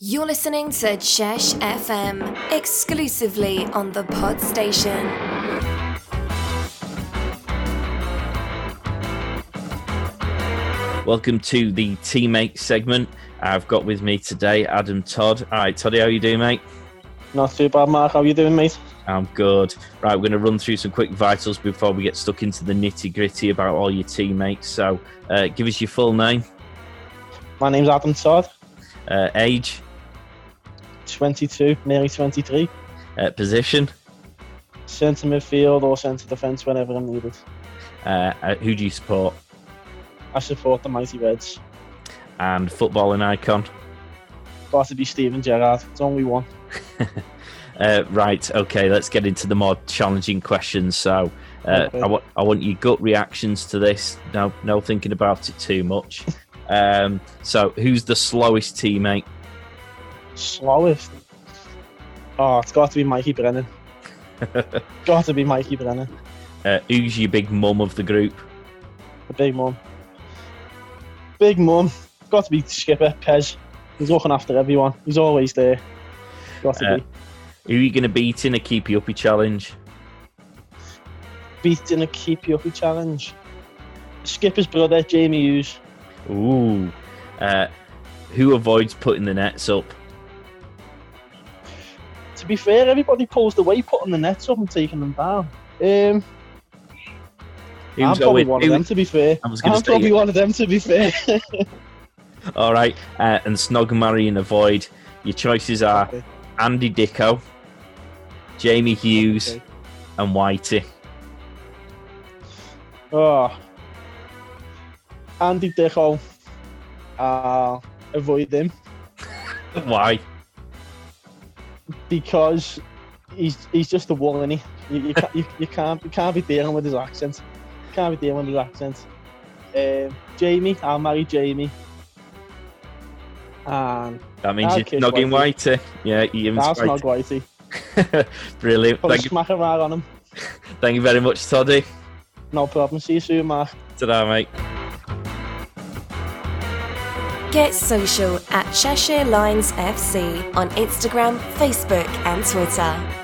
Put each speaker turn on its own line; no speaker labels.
You're listening to Chesh FM exclusively on the Pod Station.
Welcome to the teammate segment. I've got with me today Adam Todd. All right, Toddy, how you doing, mate?
Not too bad, Mark. How you doing, mate?
I'm good. Right, we're going to run through some quick vitals before we get stuck into the nitty gritty about all your teammates. So, uh, give us your full name,
My name's Adam Todd,
uh, age,
22, nearly 23.
uh, position,
Centre midfield or centre defence whenever I'm needed.
uh, uh, who do you support,
I support the mighty Reds.
and footballing icon.
Got to be Steven Gerrard. It's only one.
Uh, right, okay, let's get into the more challenging questions. So, uh,
Okay.
I, want I want your gut reactions to this. No, no thinking about it too much. Um, so, who's the slowest teammate?
Slowest. Oh, it's got to be Mikey Brennan. got to be Mikey Brennan.
Uh, who's your big mum of the group?
The big mum. Big mum. Got to be skipper, Pez. He's looking after everyone. He's always there. Got to
Uh,
be.
Who are you going to beat in a keepy uppy challenge?
Beat in a keep you up challenge. Skipper's brother, Jamie Hughes.
Ooh. Uh, who avoids putting the nets up?
to be fair, everybody pulls the weight, putting the nets up and taking them down. Um, I'm
Who's
probably
always,
one of
who-
them, to be fair.
I was
I'm
going to
probably
say.
one of them, to be fair.
All right. Uh, and snog, marry, and avoid. Your choices are
Okay.
Andy Dicko, Jamie Hughes,
Okay.
and Whitey.
Oh. Andy Dicko. Uh, avoid him
Why?
because he's he's just a wall, is he? You, you, can't, you, you can't you can't be dealing with his accent. You can't be dealing with his accent. Um, Jamie, I'll marry Jamie. And
That means
I'll
you're
kiss
snogging Whitey. Yeah, you haven't
that's not
spiked.
Whitey.
Brilliant.
Put a
Thank you,
smack around on him.
thank you very much, Toddy.
No problem. See you soon, Mark.
Ta-da, mate.
Get social at Cheshire Lines FC on Instagram, Facebook, and Twitter.